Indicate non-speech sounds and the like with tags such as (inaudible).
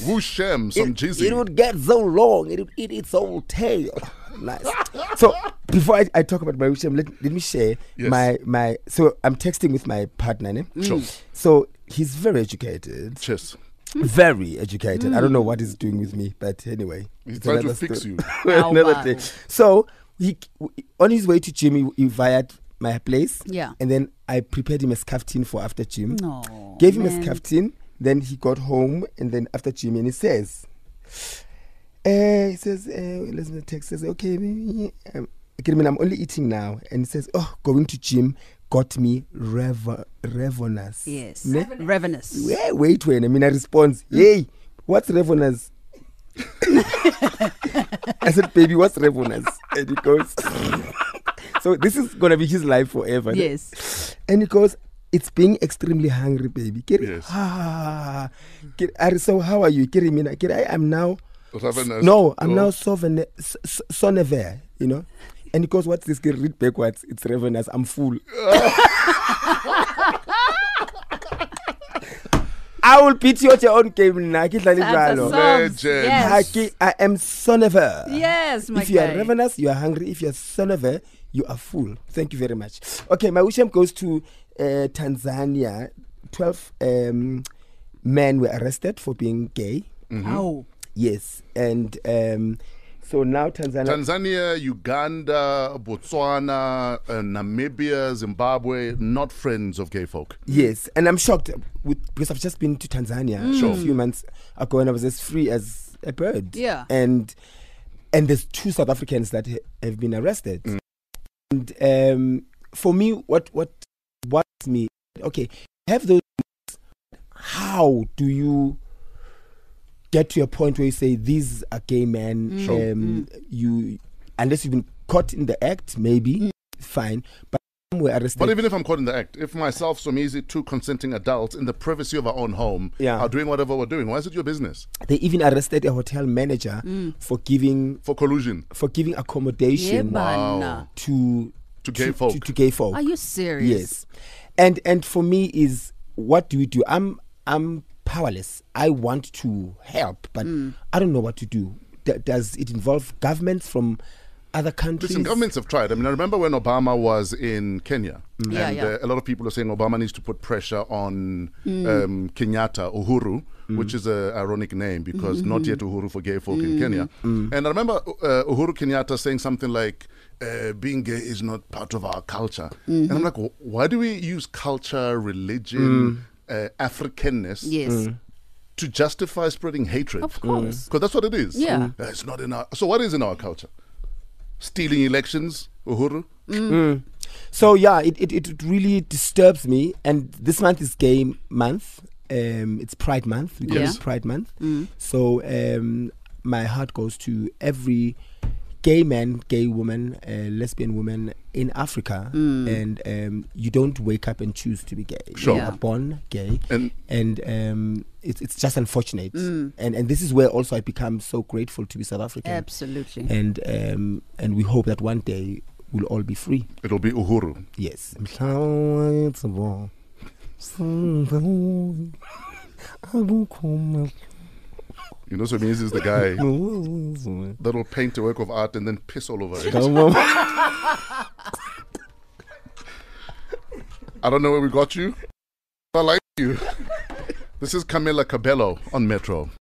Wushem, some it, jizzy. it would get so long, it would eat its own (laughs) tail. nice. So (laughs) before I, I talk about my wish, let, let me share Yes. my my. So I'm texting with my partner. Ne? Sure. So he's very educated, Cheers. (laughs) very educated. I don't know what he's doing with me, but anyway, He's it's trying to another fix story. you. (laughs) Wow, Another wow. thing. So he on his way to gym, he, he fired my place. Yeah. And then I prepared him a scaftin for after gym. No, Gave him man. a scaftin. Then he got home, and then after gym, and he says, uh, he says, uh, let's make text says, okay, mm, um, okay, I mean, I'm only eating now. And he says, oh, going to gym got me revo- ravenous. Yes. Ne? Ravenous. Yeah, wait, wait. I mean, I responds, hey, what's ravenous? (laughs) I said, baby, what's ravenous? And he goes, (laughs) so this is going to be his life forever. ne? Yes. And he goes, it's being extremely hungry, baby. Get Yes. Ah, get, Ari, so how are you? Get me now. Get, I am now. Ravenous. No, I'm Oh. now sovereign, s- s- sonnever, you know. And he goes, what's this? Get read backwards. It's ravenous. I'm full. I will beat you at your own game. Nah. Ke tla le That's the jwalo. songs. Legend. Ha Yes. ke- I am sonnever. Yes, my If you are guy. ravenous, you are hungry. If you are sonover, you are full. Thank you very much. Okay, my Wisham goes to uh, Tanzania. Twelve um, men were arrested for being gay. oh, Wow. Yes, and um, so now Tanzania. Tanzania, Uganda, Botswana, uh, Namibia, Zimbabwe, not friends of gay folk. yes, and I'm shocked with because I've just been to Tanzania a few months ago, and I was as free as a bird. Yeah. and and there's two South Africans that ha- have been arrested. Mm. And um, for me, what what what me? Okay, have those. moments. How do you get to a point where you say these are gay men? Sure. Mm. Um, You unless you've been caught in the act, maybe fine. But some were arrested. But even if I'm caught in the act, if myself, Somizi, two consenting adults in the privacy of our own home Yeah. are doing whatever we're doing, why is it your business? they even arrested a hotel manager Mm. for giving For collusion for giving accommodation Yebana. to to gay folk. to, to gay folk. Are you serious? Yes, and and for me is what do we do? I'm I'm powerless. I want to help, but Mm. I don't know what to do. D- does it involve governments from other countries? Listen, governments have tried. I mean, I remember when Obama was in Kenya, Yeah, and yeah. Uh, a lot of people are saying Obama needs to put pressure on um, Mm. Kenyatta Uhuru, which is an ironic name because Mm-hmm. not yet Uhuru for gay folk Mm. in Kenya. And I remember uh, Uhuru Kenyatta saying something like, uh, "Being gay is not part of our culture," and Mm-hmm. I'm like, "Wh- "Why do we use culture, religion, Mm. uh, Africanness?" Yes. Mm. To justify spreading hatred, Of course. because that's what it is. Yeah. Mm. Uh, it's not in our. So what is in our culture? stealing elections, Uhuru. So yeah, it, it, it really disturbs me. And this month is Gay Month. Um, it's Pride Month. We call Yes. it Pride Month. Mm. So um, my heart goes to every gay man, gay woman, uh, lesbian woman in Africa. And um, you don't wake up and choose to be gay. Sure. You Mm. Yeah. are born gay. And- And, um, it's it's just unfortunate. Mm. And, and this is where also I become so grateful to be South African. Absolutely. And, um, and we hope that one day we'll all be free. It'll be Uhuru. Yes. Mhlawayetsibwa. Sindawo. (laughs) Akukhona You know, so means is the guy (laughs) sizwe. that'll paint a work of art and then piss all over it. Ngawama- I don't know (laughs) where we got you. but I like you. This is Camila Cabello on Metro.